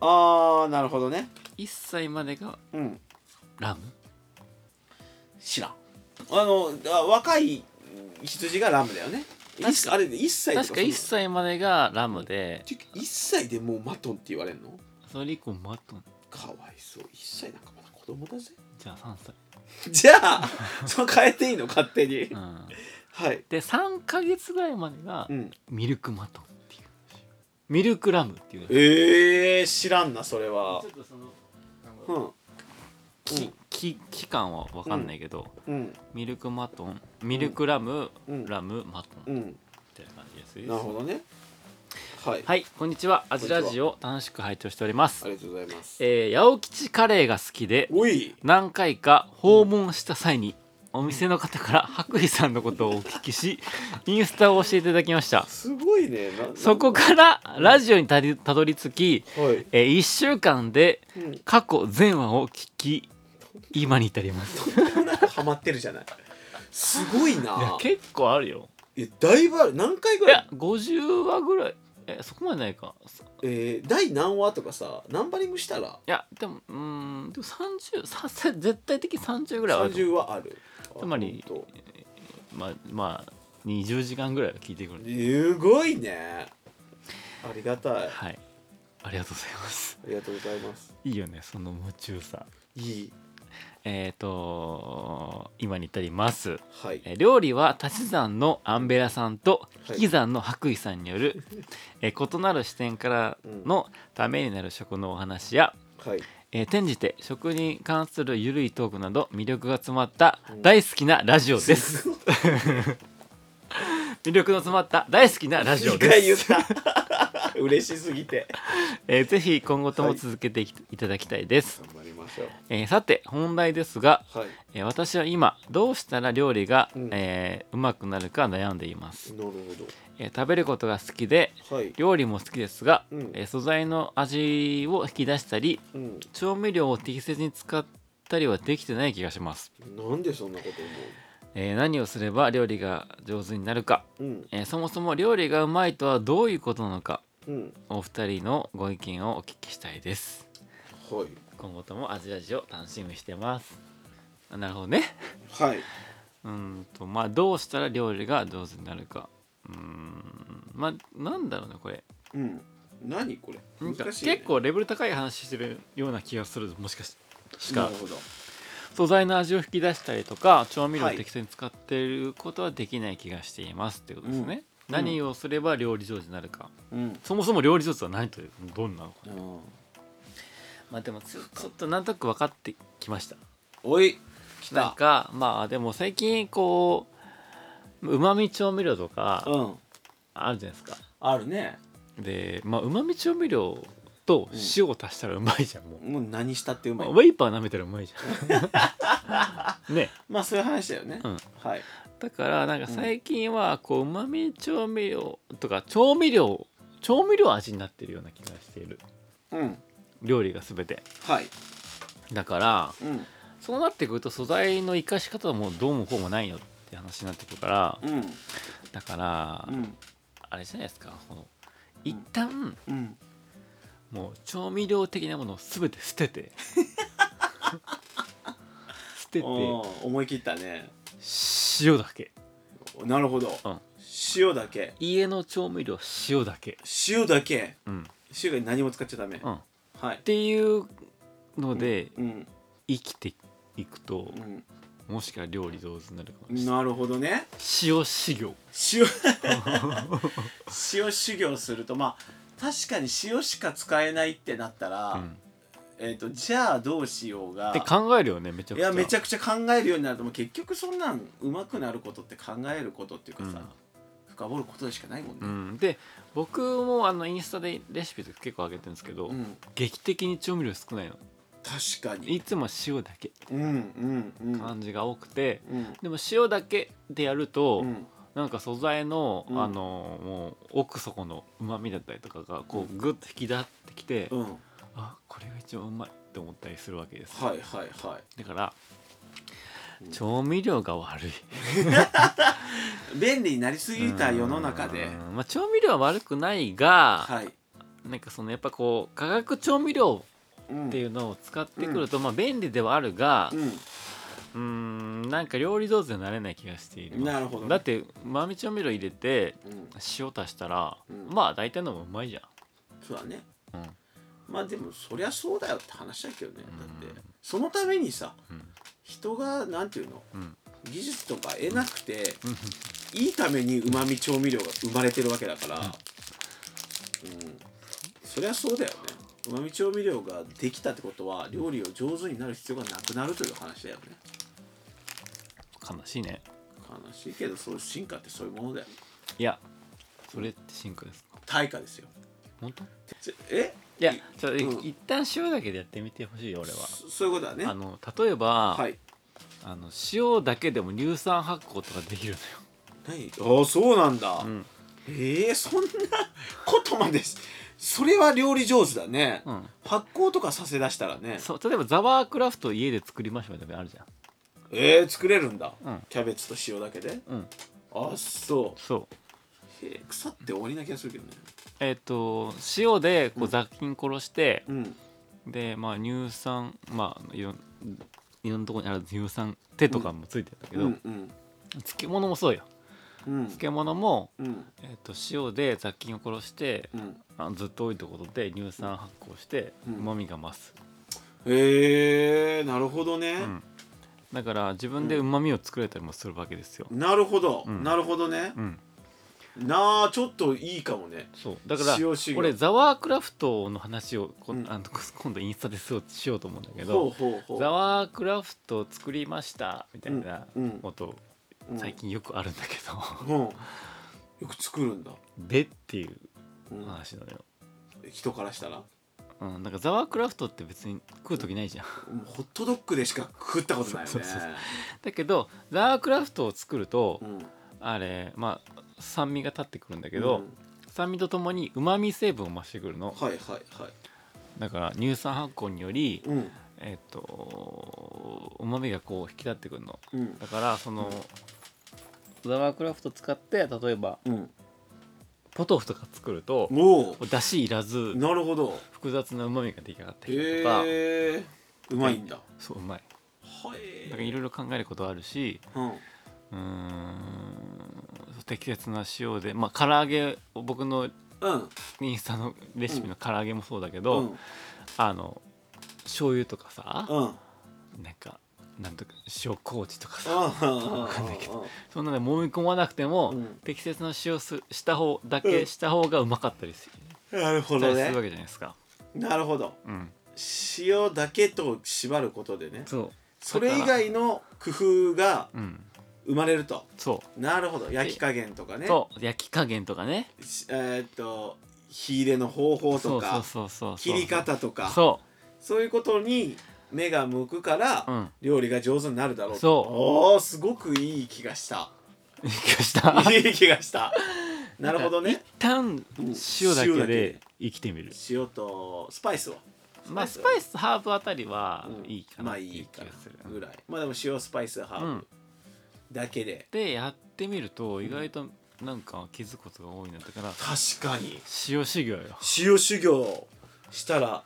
[SPEAKER 3] ああなるほどね
[SPEAKER 2] 1歳までが
[SPEAKER 3] うん
[SPEAKER 2] ラム
[SPEAKER 3] 知らんあのあ若い羊がラムだよね
[SPEAKER 2] 確か
[SPEAKER 3] 一あれで1歳
[SPEAKER 2] 確か1歳までがラムで
[SPEAKER 3] 1歳でもうマトンって言われるの
[SPEAKER 2] それ以降マトン
[SPEAKER 3] かわいそう1歳なんかまだ子供だぜ [laughs]
[SPEAKER 2] じゃあ3歳、
[SPEAKER 3] じゃあその変えていいの勝手に、
[SPEAKER 2] うん、
[SPEAKER 3] はい
[SPEAKER 2] で3ヶ月ぐらいまでが
[SPEAKER 3] うん
[SPEAKER 2] ミルクマトンっていうミルクラムっていう
[SPEAKER 3] えー、知らんなそれは
[SPEAKER 2] ょっとその
[SPEAKER 3] うん
[SPEAKER 2] きき期間は分かんないけど、
[SPEAKER 3] うん
[SPEAKER 2] ミルクマトンミルクラム、
[SPEAKER 3] うん
[SPEAKER 2] ラムマト
[SPEAKER 3] う
[SPEAKER 2] ンみ
[SPEAKER 3] ん
[SPEAKER 2] たいな感じです、
[SPEAKER 3] なるほどねはい、
[SPEAKER 2] はいこんにちはアジラジオ楽しく拝聴しております
[SPEAKER 3] ありがとうございます
[SPEAKER 2] えー、八百吉カレーが好きで
[SPEAKER 3] おい
[SPEAKER 2] 何回か訪問した際に、お店の方から白衣さんのことをお聞きしインスタを教えていただきました
[SPEAKER 3] すごいねな
[SPEAKER 2] そこからラジオにたりたどり着き、
[SPEAKER 3] はい
[SPEAKER 2] えー、1週間で
[SPEAKER 3] うん
[SPEAKER 2] 過去全話を聞き今に至りますい
[SPEAKER 3] なんかハマってるじゃないすごい
[SPEAKER 2] や
[SPEAKER 3] な
[SPEAKER 2] 結構あるよ
[SPEAKER 3] いやだいぶある何回ぐ
[SPEAKER 2] い
[SPEAKER 3] らい
[SPEAKER 2] や50話ぐらいえそこまでないかそい
[SPEAKER 3] えー、第何話とかさナンバリングしたら
[SPEAKER 2] やでもうーんでも30ささ絶対的に30ぐらいはあると思
[SPEAKER 3] 30話ある
[SPEAKER 2] つまり
[SPEAKER 3] あほんと
[SPEAKER 2] うまあまあ20時間ぐらいは聞いてくる
[SPEAKER 3] すごいねありがたいあ
[SPEAKER 2] はいありがとうございます
[SPEAKER 3] りがとうございます
[SPEAKER 2] いいよねその夢中さ
[SPEAKER 3] いい
[SPEAKER 2] えっ、と今に至ります
[SPEAKER 3] はい
[SPEAKER 2] えー料理は足し算のアンベラさんと
[SPEAKER 3] はい
[SPEAKER 2] 引き算の白衣さんによる、えー異なる視点からのためになる食のお話や、
[SPEAKER 3] はい
[SPEAKER 2] えー転じて食に関するゆるいトークなど魅力が詰まった大好きなラジオ
[SPEAKER 3] [laughs]
[SPEAKER 2] です、
[SPEAKER 3] すごい
[SPEAKER 2] 魅力の詰まった大好きなラジオ
[SPEAKER 3] 一
[SPEAKER 2] で
[SPEAKER 3] 回言っ
[SPEAKER 2] す、
[SPEAKER 3] た [laughs] 嬉しすぎて
[SPEAKER 2] えーぜひ今後とも続けていきいただきたいです、
[SPEAKER 3] 頑張りましょう
[SPEAKER 2] えーさて本題ですが、
[SPEAKER 3] はい
[SPEAKER 2] えー私は今どうしたら料理が、
[SPEAKER 3] うん
[SPEAKER 2] えーうまくなるか悩んでいます、
[SPEAKER 3] なるほ
[SPEAKER 2] えー食べることが好きで
[SPEAKER 3] どはい
[SPEAKER 2] 料理も好きですが、
[SPEAKER 3] うん
[SPEAKER 2] えー素材の味を引き出したり
[SPEAKER 3] うん
[SPEAKER 2] 調味料を適切に使ったりはできてない気がします、
[SPEAKER 3] なんでそんなこと
[SPEAKER 2] えー何をすれば料理が上手になるか、
[SPEAKER 3] 思ううん
[SPEAKER 2] えーそもそも料理がうまいとはどういうことなのか
[SPEAKER 3] うん
[SPEAKER 2] お二人のご意見をお聞きしたいです
[SPEAKER 3] はい
[SPEAKER 2] 今後とも味ラジを楽しみにしてますあなるほどね
[SPEAKER 3] はいう
[SPEAKER 2] ーんとまあどうしたら料理が上手になるかうーんまあなんだろうねこれ
[SPEAKER 3] うん何これ
[SPEAKER 2] なんか
[SPEAKER 3] 難しい、ね、
[SPEAKER 2] 結構レベル高い話してるような気がするぞもしかしし
[SPEAKER 3] な
[SPEAKER 2] か
[SPEAKER 3] るほど
[SPEAKER 2] 素材の味を引き出したりとか調味料を
[SPEAKER 3] はい
[SPEAKER 2] 適切に使っていることはできない気がしていますってことですね、
[SPEAKER 3] うん
[SPEAKER 2] 何をすれば料理上手になるか
[SPEAKER 3] うん
[SPEAKER 2] そもそも料理上手は何というどんなのか
[SPEAKER 3] あ
[SPEAKER 2] まあでもちょちょっとなんとなく分かってきました
[SPEAKER 3] おい来た
[SPEAKER 2] なんかまあでも最近こううまみ調味料とか
[SPEAKER 3] うん
[SPEAKER 2] あるじゃないですか
[SPEAKER 3] あるね
[SPEAKER 2] でまあうまみ調味料と塩を足したらうまいじゃんもう、
[SPEAKER 3] もう何したってうま
[SPEAKER 2] まあ
[SPEAKER 3] い
[SPEAKER 2] ウェイパー舐めたらうまいじゃんね
[SPEAKER 3] まあそういう話だよね、
[SPEAKER 2] うん
[SPEAKER 3] はい
[SPEAKER 2] だからなんか最近はこううまみ調味料とか調味料調味料味になってるような気がしている
[SPEAKER 3] うん
[SPEAKER 2] 料理が全て
[SPEAKER 3] はい
[SPEAKER 2] だから
[SPEAKER 3] うん
[SPEAKER 2] そうなってくると素材の生かし方もどうもこうもないよって話になってくるから
[SPEAKER 3] うん
[SPEAKER 2] だから
[SPEAKER 3] うん
[SPEAKER 2] あれじゃないですかこの一旦
[SPEAKER 3] うん
[SPEAKER 2] もう調味料的なものを全て捨
[SPEAKER 3] [laughs]
[SPEAKER 2] てて捨てて
[SPEAKER 3] おー思い切ったね
[SPEAKER 2] 塩だけ
[SPEAKER 3] なるほど、
[SPEAKER 2] うん
[SPEAKER 3] 塩だけ
[SPEAKER 2] 家の調味料塩だけ
[SPEAKER 3] 塩だけ
[SPEAKER 2] うん
[SPEAKER 3] 塩以外何も使っちゃダメ、
[SPEAKER 2] うんっ
[SPEAKER 3] はい
[SPEAKER 2] ていうので
[SPEAKER 3] うん
[SPEAKER 2] 生きていくと、
[SPEAKER 3] う
[SPEAKER 2] もしかしたら料理上手になるかも
[SPEAKER 3] ん
[SPEAKER 2] しれない
[SPEAKER 3] なるほどね
[SPEAKER 2] 塩修行 [laughs]
[SPEAKER 3] 塩塩修行するとまあ確かに塩しか使えないってなったら、
[SPEAKER 2] うん
[SPEAKER 3] えっ、とじゃあどうしようが
[SPEAKER 2] って考えるよねめちゃく
[SPEAKER 3] い
[SPEAKER 2] ちゃ
[SPEAKER 3] やめちゃくちゃ考えるようになるともう結局そんなんうまくなることって考えることっていうかさ、
[SPEAKER 2] うん
[SPEAKER 3] 深掘ることでしかないもん
[SPEAKER 2] う
[SPEAKER 3] ね
[SPEAKER 2] んで僕もあのインスタでレシピ結構上げてるんですけど、
[SPEAKER 3] うん、
[SPEAKER 2] 劇的に調味料少ないの
[SPEAKER 3] 確かに
[SPEAKER 2] いつも塩だけ
[SPEAKER 3] うんうんうん
[SPEAKER 2] 感じが多くて、
[SPEAKER 3] うん
[SPEAKER 2] でも塩だけでやると、
[SPEAKER 3] うん
[SPEAKER 2] なんか素材の、
[SPEAKER 3] うん
[SPEAKER 2] あのもう奥底のうまみだったりとかがこうグッと引き出ってきて、
[SPEAKER 3] うん
[SPEAKER 2] あこれが一番うまいって思ったりするわけです、
[SPEAKER 3] はいはいは
[SPEAKER 2] だから調味料が悪い
[SPEAKER 3] い便利になりすぎた世の中で
[SPEAKER 2] うんまあ、調味料は悪くないが、
[SPEAKER 3] はい、
[SPEAKER 2] なんかそのやっぱこう化学調味料
[SPEAKER 3] うん、
[SPEAKER 2] っていうのを使ってくると、まあ便利ではあるがうんんなんか料理上手になれない気がしている
[SPEAKER 3] うん、なるほど
[SPEAKER 2] だって豆調味料入れて
[SPEAKER 3] うん、
[SPEAKER 2] 塩足したら、
[SPEAKER 3] うん
[SPEAKER 2] まあ大体のもうまいじゃん
[SPEAKER 3] そうだね、
[SPEAKER 2] うん
[SPEAKER 3] まあでもそりゃそうだよって話だけどねだっ
[SPEAKER 2] う
[SPEAKER 3] てそのためにさ、
[SPEAKER 2] ん
[SPEAKER 3] 人がなんていうの、
[SPEAKER 2] うん
[SPEAKER 3] 技術とか得なくて、いいためにうまみ調味料が生まれてるわけだから、うんそりゃそうだよねうまみ調味料ができたってことは料理を上手になる必要がなくなるという話だよね
[SPEAKER 2] 悲しいね
[SPEAKER 3] 悲しいけどそう進化ってそういうものだよ
[SPEAKER 2] いやそれって進化ですか
[SPEAKER 3] 対価ですよ
[SPEAKER 2] 本当い
[SPEAKER 3] ちえ
[SPEAKER 2] やちょ、
[SPEAKER 3] うん
[SPEAKER 2] 一旦塩だけでやってみてほしいよ俺は
[SPEAKER 3] そそういうことだね
[SPEAKER 2] あの例えば、
[SPEAKER 3] はい
[SPEAKER 2] あの塩だけでも乳酸発酵とかできるのよ
[SPEAKER 3] 何ああそうなんだ、
[SPEAKER 2] ん
[SPEAKER 3] えー、そんなことまでしそれは料理上手だね、
[SPEAKER 2] うん
[SPEAKER 3] 発酵とかさせ出したらね
[SPEAKER 2] そう例えばザワークラフトを家で作りましょうとかあるじゃん
[SPEAKER 3] えー、作れるんだ、
[SPEAKER 2] うん
[SPEAKER 3] キャベツと塩だけで
[SPEAKER 2] うん
[SPEAKER 3] あそ
[SPEAKER 2] そう
[SPEAKER 3] うへー腐って終わりな気がするけどね
[SPEAKER 2] えっ、と塩でこう雑菌殺して、
[SPEAKER 3] うん
[SPEAKER 2] でまあ乳酸まあいろんいろんなところにある乳酸手とかもついてるんだけ
[SPEAKER 3] う
[SPEAKER 2] ど、
[SPEAKER 3] んうん
[SPEAKER 2] 漬物もそうよ
[SPEAKER 3] うん
[SPEAKER 2] 漬物も、
[SPEAKER 3] うん
[SPEAKER 2] えっと塩で雑菌を殺して、
[SPEAKER 3] うん
[SPEAKER 2] あのずっと置いとくことで乳酸発酵してう
[SPEAKER 3] うん
[SPEAKER 2] まみが増す、
[SPEAKER 3] へえー、なるほどね、
[SPEAKER 2] うんだから自分でうまみを作れたりもするわけですよ、
[SPEAKER 3] なるほど、
[SPEAKER 2] ん
[SPEAKER 3] なるほどね
[SPEAKER 2] う、ん、
[SPEAKER 3] なあちょっといいかもね
[SPEAKER 2] そうだから
[SPEAKER 3] 塩修行
[SPEAKER 2] 俺ザワークラフトの話をこ、
[SPEAKER 3] うん
[SPEAKER 2] あの今度インスタでそうしようと思うんだけ
[SPEAKER 3] ほう
[SPEAKER 2] ど
[SPEAKER 3] ほうほう
[SPEAKER 2] ザワークラフトを作りましたみたいな
[SPEAKER 3] うんうん
[SPEAKER 2] こと
[SPEAKER 3] うん
[SPEAKER 2] 最近よくあるんだけ [laughs]
[SPEAKER 3] うんよく作るんだ、
[SPEAKER 2] どでっていう
[SPEAKER 3] うん
[SPEAKER 2] 話なのよ、
[SPEAKER 3] 人からしたら
[SPEAKER 2] うん、なんかザワークラフトって別に食う時ないじゃん
[SPEAKER 3] もうホットドッグでしか食ったことないよ
[SPEAKER 2] そう
[SPEAKER 3] ね
[SPEAKER 2] そうそうだけどザワークラフトを作ると
[SPEAKER 3] うん
[SPEAKER 2] あれまあ酸味が立ってくるんだけど、
[SPEAKER 3] うん
[SPEAKER 2] 酸味とともにうまみ成分を増してくるの
[SPEAKER 3] はいはいはい
[SPEAKER 2] だから乳酸発酵により、
[SPEAKER 3] うん
[SPEAKER 2] えっとうまみがこう引き立ってくるの
[SPEAKER 3] うん
[SPEAKER 2] だからその、ザワークラフト使って例えば
[SPEAKER 3] うん
[SPEAKER 2] ポトフとか作ると
[SPEAKER 3] おお
[SPEAKER 2] だしいらず
[SPEAKER 3] なるほど
[SPEAKER 2] 複雑なうまみが出来上がってきたりとか、
[SPEAKER 3] へえうまいんだは
[SPEAKER 2] そううまいだから
[SPEAKER 3] い
[SPEAKER 2] いろいろ考えることあるし
[SPEAKER 3] うん
[SPEAKER 2] うーん適切な塩でまあ唐揚げ僕の
[SPEAKER 3] うん
[SPEAKER 2] インスタのレシピの唐揚げもそうだけ
[SPEAKER 3] う
[SPEAKER 2] ど、
[SPEAKER 3] ん
[SPEAKER 2] あの醤油とかさ、
[SPEAKER 3] うんうん
[SPEAKER 2] なんかなんとか塩麹とかさ、
[SPEAKER 3] うん
[SPEAKER 2] そんなの揉み込まなくても、
[SPEAKER 3] うん
[SPEAKER 2] 適切な塩すした方だけした方がうまかったりする,、
[SPEAKER 3] なるほ
[SPEAKER 2] た
[SPEAKER 3] ど
[SPEAKER 2] りする
[SPEAKER 3] ね
[SPEAKER 2] わけじゃないですか。
[SPEAKER 3] なるほど
[SPEAKER 2] うん、
[SPEAKER 3] 塩だけと縛ることでね
[SPEAKER 2] そう
[SPEAKER 3] それ以
[SPEAKER 2] だから
[SPEAKER 3] 外の工夫が
[SPEAKER 2] うん、
[SPEAKER 3] 生まれると
[SPEAKER 2] そ
[SPEAKER 3] なるほど焼き加減とか
[SPEAKER 2] う、
[SPEAKER 3] ね
[SPEAKER 2] そう焼き加減とかね
[SPEAKER 3] しえーっと火入れの方法
[SPEAKER 2] そ
[SPEAKER 3] と
[SPEAKER 2] うそう
[SPEAKER 3] か
[SPEAKER 2] そうそう
[SPEAKER 3] 切り方とか
[SPEAKER 2] そ
[SPEAKER 3] そういうことに目が向くから、
[SPEAKER 2] うん
[SPEAKER 3] 料理が上手になるだろう
[SPEAKER 2] そう
[SPEAKER 3] おーすごくいい気が
[SPEAKER 2] [laughs]
[SPEAKER 3] した
[SPEAKER 2] うした
[SPEAKER 3] いい気がしたなるほどね
[SPEAKER 2] 一旦
[SPEAKER 3] うん
[SPEAKER 2] 塩
[SPEAKER 3] [laughs]
[SPEAKER 2] だ
[SPEAKER 3] 塩
[SPEAKER 2] け
[SPEAKER 3] だけ
[SPEAKER 2] で
[SPEAKER 3] で
[SPEAKER 2] 生きてみる、
[SPEAKER 3] 塩とスパイスは
[SPEAKER 2] まあスパイスハーブあたりは
[SPEAKER 3] うん
[SPEAKER 2] いいか
[SPEAKER 3] ま
[SPEAKER 2] なっ
[SPEAKER 3] あ
[SPEAKER 2] て
[SPEAKER 3] い
[SPEAKER 2] い
[SPEAKER 3] いう
[SPEAKER 2] 気
[SPEAKER 3] か
[SPEAKER 2] が
[SPEAKER 3] な
[SPEAKER 2] する、
[SPEAKER 3] ぐらいまあでも塩スパイスハ
[SPEAKER 2] う
[SPEAKER 3] ー
[SPEAKER 2] ん
[SPEAKER 3] ブだけで、
[SPEAKER 2] でやってみると意外となんか気づくことが多いなだから
[SPEAKER 3] 確かに
[SPEAKER 2] 塩修行よ
[SPEAKER 3] 塩修行したら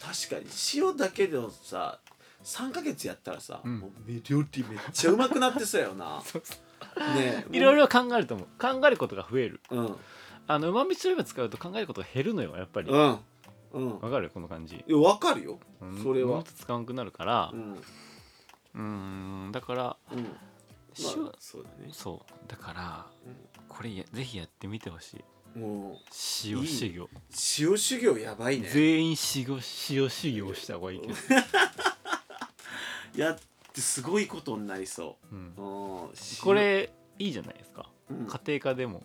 [SPEAKER 3] 確かに塩だけでもさ3ヶ月やったらさ、
[SPEAKER 2] ん
[SPEAKER 3] もう料理めっちゃうまくなってそうやよ
[SPEAKER 2] [laughs]
[SPEAKER 3] なねえ
[SPEAKER 2] いろいろ考えると思う考えることが増える
[SPEAKER 3] うん
[SPEAKER 2] あのうまみ調味料使うと考えることが減るのよやっぱりわ
[SPEAKER 3] うんうん
[SPEAKER 2] かるこの感じ
[SPEAKER 3] いやわかるよ、
[SPEAKER 2] うん
[SPEAKER 3] それ
[SPEAKER 2] もっ
[SPEAKER 3] は
[SPEAKER 2] と使わなくなるから
[SPEAKER 3] うん
[SPEAKER 2] うーんだから
[SPEAKER 3] うん
[SPEAKER 2] 塩、
[SPEAKER 3] まあ、そうだね
[SPEAKER 2] そうだからこれやぜひやってみてほし
[SPEAKER 3] もう
[SPEAKER 2] い塩修行
[SPEAKER 3] 塩修行やばいね
[SPEAKER 2] 全員塩塩修行した方がいいけど、
[SPEAKER 3] やってすごいことになりそ
[SPEAKER 2] うん
[SPEAKER 3] う、うん、
[SPEAKER 2] これいいじゃないですか
[SPEAKER 3] 塩、うんうん、
[SPEAKER 2] 家庭科でも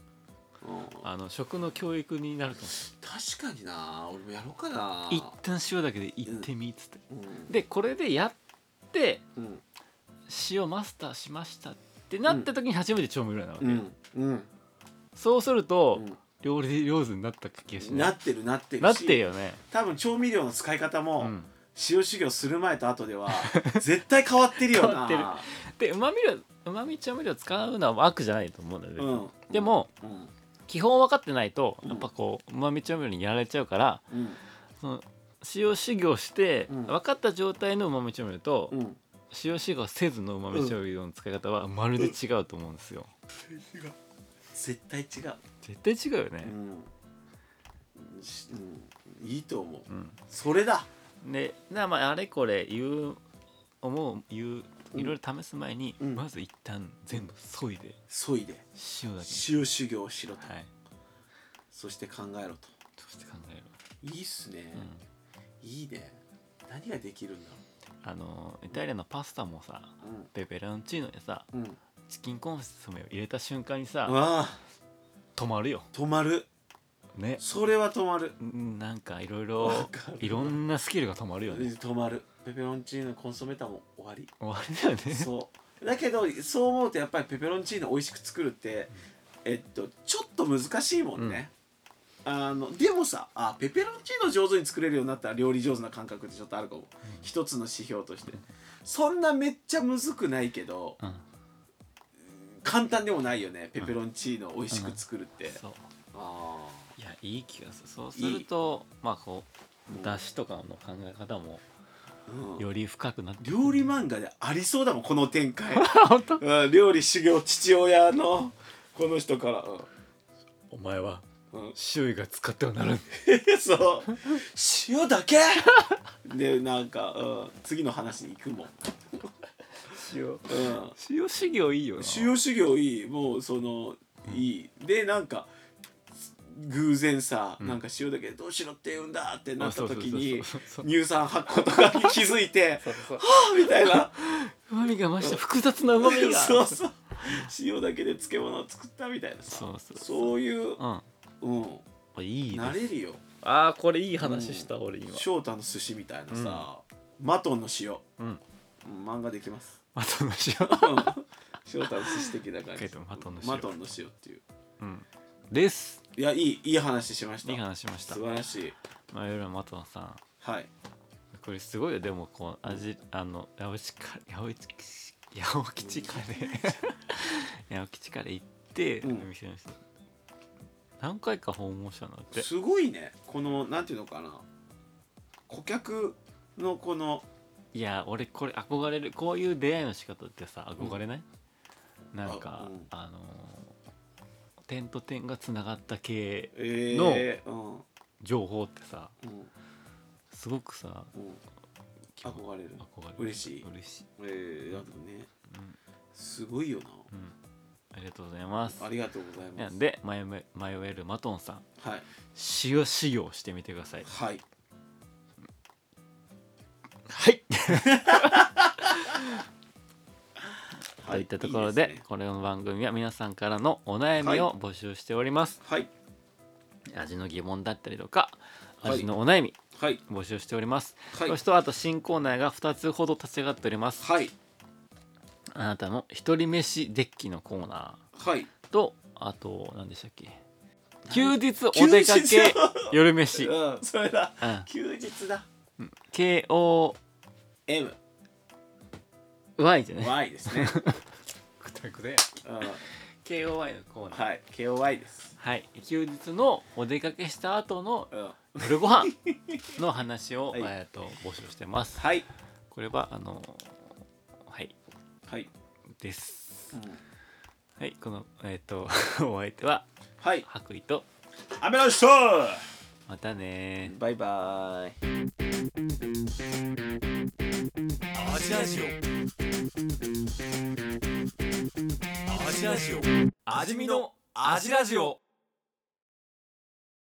[SPEAKER 2] あの食の教育になると思う
[SPEAKER 3] 確かにな俺もやろうかな
[SPEAKER 2] 一旦塩だけで行ってみっつって、
[SPEAKER 3] うん
[SPEAKER 2] でこれでやって
[SPEAKER 3] うん
[SPEAKER 2] 塩マスターしましたってなった時に初めて調味料なわけ、
[SPEAKER 3] うんうん
[SPEAKER 2] そうすると、
[SPEAKER 3] うん
[SPEAKER 2] 料理上手になった気がしない
[SPEAKER 3] なってるなってるし
[SPEAKER 2] なってるよね
[SPEAKER 3] 多分調味料の使い方も、
[SPEAKER 2] うん
[SPEAKER 3] 塩修行する前と後では絶対変わってるよな
[SPEAKER 2] 変わでうまみ料うまみ調味料使うのは悪じゃないと思うので、
[SPEAKER 3] うん
[SPEAKER 2] でも
[SPEAKER 3] うん
[SPEAKER 2] 基本分かってないと
[SPEAKER 3] うん
[SPEAKER 2] やっぱこううまみ調味料にやられちゃうから
[SPEAKER 3] うん
[SPEAKER 2] その塩修行して
[SPEAKER 3] うん
[SPEAKER 2] 分かった状態のうまみ調味料と
[SPEAKER 3] うん
[SPEAKER 2] 塩修行せずのうまみ調味料の使い方はまるで違うと思うんですよ
[SPEAKER 3] 絶対違う
[SPEAKER 2] 絶対違うよ
[SPEAKER 3] う
[SPEAKER 2] ね、
[SPEAKER 3] んしうんいいと思う
[SPEAKER 2] うん、
[SPEAKER 3] それだ
[SPEAKER 2] でなまああれこれ言う思う言う
[SPEAKER 3] うん
[SPEAKER 2] いろいろ試す前に、
[SPEAKER 3] うん
[SPEAKER 2] まず一旦全部削いで
[SPEAKER 3] そいで
[SPEAKER 2] 塩だけ
[SPEAKER 3] 塩修行をしろと
[SPEAKER 2] はい
[SPEAKER 3] そして考えろと
[SPEAKER 2] そして考える、
[SPEAKER 3] いいっすね
[SPEAKER 2] うん、
[SPEAKER 3] いいね何ができるんだろ
[SPEAKER 2] あのイタリアのパスタもさ
[SPEAKER 3] う
[SPEAKER 2] ペペロンチーノでさ
[SPEAKER 3] うんうん
[SPEAKER 2] チキンコンソメを入れた瞬間にさ
[SPEAKER 3] あ
[SPEAKER 2] 止まるよ
[SPEAKER 3] 止まる
[SPEAKER 2] ね
[SPEAKER 3] それは止まる
[SPEAKER 2] うんなんかいろい
[SPEAKER 3] わ
[SPEAKER 2] ろ
[SPEAKER 3] かる
[SPEAKER 2] いろんなスキルが止まるよね
[SPEAKER 3] 止まるペペロンチーノコンソメタも終わり
[SPEAKER 2] 終わりだよね
[SPEAKER 3] そうだけどそう思うとやっぱりペペロンチーノ美味しく作るって、えっとちょっと難しいもんね、あのでもさあペペロンチーノ上手に作れるようになったら料理上手な感覚ってちょっとあるかも、一つの指標として、そんなめっちゃむずくないけど
[SPEAKER 2] うん
[SPEAKER 3] 簡単でもないよねペペロンチーノ美味しく作るって、
[SPEAKER 2] そう
[SPEAKER 3] あ
[SPEAKER 2] いやいい気がするそうするとまあこうだしとかの考え方も
[SPEAKER 3] あ、うん
[SPEAKER 2] より深くなってくる
[SPEAKER 3] 料理漫画でありそうだもんこの展開、
[SPEAKER 2] [laughs] 本当
[SPEAKER 3] うん、料理修行父親のこの人から、
[SPEAKER 2] お前は
[SPEAKER 3] うんうん、
[SPEAKER 2] 周囲が使ってはならん
[SPEAKER 3] [laughs] そう塩だけでなんか、うん、次の話に行くもん、
[SPEAKER 2] 塩
[SPEAKER 3] うん、
[SPEAKER 2] 塩修行いいよな
[SPEAKER 3] 塩修行いいもうそのいいでなんか偶然さ、
[SPEAKER 2] うん
[SPEAKER 3] なんか塩だけどうしろって言うんだってなった時に
[SPEAKER 2] あそうそうそうそう
[SPEAKER 3] 乳酸発酵とかに気づいて
[SPEAKER 2] そう [laughs] そう
[SPEAKER 3] あみたいな
[SPEAKER 2] うまみが増した複雑なうまみが
[SPEAKER 3] そうそう塩だけで漬物を作ったみたいなさ
[SPEAKER 2] そうそうそう
[SPEAKER 3] そういう、
[SPEAKER 2] う
[SPEAKER 3] うん、
[SPEAKER 2] んいいね
[SPEAKER 3] なれるよ
[SPEAKER 2] ああこれいい話した俺今
[SPEAKER 3] 翔太の寿司みたいなさ、マトンの塩、
[SPEAKER 2] うん
[SPEAKER 3] うん漫画できます
[SPEAKER 2] マトン
[SPEAKER 3] う
[SPEAKER 2] の [laughs]
[SPEAKER 3] ん翔太の寿司的な感
[SPEAKER 2] け
[SPEAKER 3] じ
[SPEAKER 2] どマトンの塩
[SPEAKER 3] マトンの塩っていう
[SPEAKER 2] 塩うんです
[SPEAKER 3] いやいいいい話しました
[SPEAKER 2] いい話しました
[SPEAKER 3] 素晴らしい
[SPEAKER 2] まあいろいろマトンさん
[SPEAKER 3] はい
[SPEAKER 2] これすごいよでもこう味あの八百吉カレー八百吉八百吉カレ
[SPEAKER 3] [laughs]
[SPEAKER 2] ー八百吉カレー行って、
[SPEAKER 3] うん
[SPEAKER 2] お店の人何回か訪問したんだって
[SPEAKER 3] すごいねこのなんていうのかな顧客のこの
[SPEAKER 2] いや俺これ憧れるこういう出会いの仕方ってさ憧れない、なんか
[SPEAKER 3] あうん
[SPEAKER 2] あ,、のー点と点がつながった系
[SPEAKER 3] えー、の
[SPEAKER 2] 情報ってさ
[SPEAKER 3] うんうん
[SPEAKER 2] すごくさ
[SPEAKER 3] うん
[SPEAKER 2] 基本
[SPEAKER 3] 憧れる
[SPEAKER 2] 憧れる
[SPEAKER 3] 嬉しい
[SPEAKER 2] 嬉しい、
[SPEAKER 3] えー、だとね
[SPEAKER 2] うん
[SPEAKER 3] すごいよ
[SPEAKER 2] うん、ありがとうございます
[SPEAKER 3] なありがとうござい
[SPEAKER 2] な
[SPEAKER 3] ます
[SPEAKER 2] んで迷え迷えるマトンさん
[SPEAKER 3] はい
[SPEAKER 2] 塩修行してみてください
[SPEAKER 3] はい
[SPEAKER 2] はい。
[SPEAKER 3] は
[SPEAKER 2] といったところで
[SPEAKER 3] いいすね
[SPEAKER 2] これの番組は皆さんからのお悩みを募集しております、
[SPEAKER 3] はい
[SPEAKER 2] 味の疑問だったりとか
[SPEAKER 3] はい
[SPEAKER 2] 味のお悩み
[SPEAKER 3] はい
[SPEAKER 2] 募集しております、
[SPEAKER 3] はい
[SPEAKER 2] そしてあと新コーナーが2つほど立ち上がっております、
[SPEAKER 3] はい
[SPEAKER 2] あなたの一人飯デッキのコーナ
[SPEAKER 3] はい
[SPEAKER 2] ーとあと何でしたっけ休日お出か
[SPEAKER 3] 休
[SPEAKER 2] け
[SPEAKER 3] [laughs]
[SPEAKER 2] 夜飯、うん、
[SPEAKER 3] うんそれだ休日だ
[SPEAKER 2] KOY
[SPEAKER 3] MY
[SPEAKER 2] じゃない
[SPEAKER 3] ですね、
[SPEAKER 2] くたくで
[SPEAKER 3] うん、
[SPEAKER 2] KOY のコーナー
[SPEAKER 3] はい KOY です
[SPEAKER 2] はい、休日のお出かけした後の
[SPEAKER 3] うん
[SPEAKER 2] 夜ご飯の話を、
[SPEAKER 3] はい
[SPEAKER 2] えー、と募集してます。
[SPEAKER 3] はい
[SPEAKER 2] これはあのはい
[SPEAKER 3] はい、
[SPEAKER 2] で
[SPEAKER 3] う。
[SPEAKER 2] す
[SPEAKER 3] ん
[SPEAKER 2] はい、このえっ、と [laughs] お相手は
[SPEAKER 3] はい
[SPEAKER 2] 白衣と
[SPEAKER 3] 雨の人
[SPEAKER 2] またね
[SPEAKER 3] バイバイ
[SPEAKER 1] アジラジオアジラジオ味見のアジラジオ